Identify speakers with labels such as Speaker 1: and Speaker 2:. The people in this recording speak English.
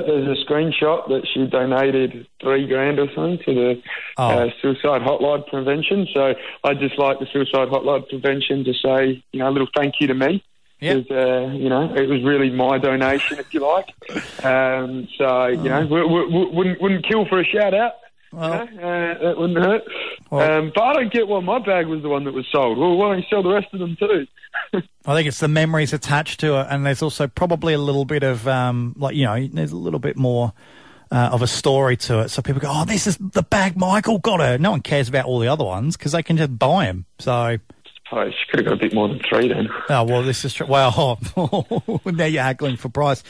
Speaker 1: There's a screenshot that she donated three grand or something to the
Speaker 2: Oh.
Speaker 1: uh, Suicide Hotline Prevention. So I'd just like the Suicide Hotline Prevention to say, you know, a little thank you to me.
Speaker 2: Yeah.
Speaker 1: 'Cause, uh, you know, it was really my donation, if you like. Um, so, you know,
Speaker 2: Oh.
Speaker 1: we, we, we wouldn't, wouldn't kill for a shout out.
Speaker 2: Well-
Speaker 1: you know, uh, that wouldn't hurt.
Speaker 2: Oh. Well-
Speaker 1: um, but I don't get why my bag was the one that was sold. Well, why don't you sell the rest of them too?
Speaker 2: I think it's the memories attached to it, and there's also probably a little bit of um, like you know, there's a little bit more uh, of a story to it. So people go, "Oh, this is the bag Michael got her." No one cares about all the other ones because they can just buy them. So,
Speaker 1: Oh, she could have got a bit more than three then.
Speaker 2: oh well, this is tr- well. now you're haggling for price.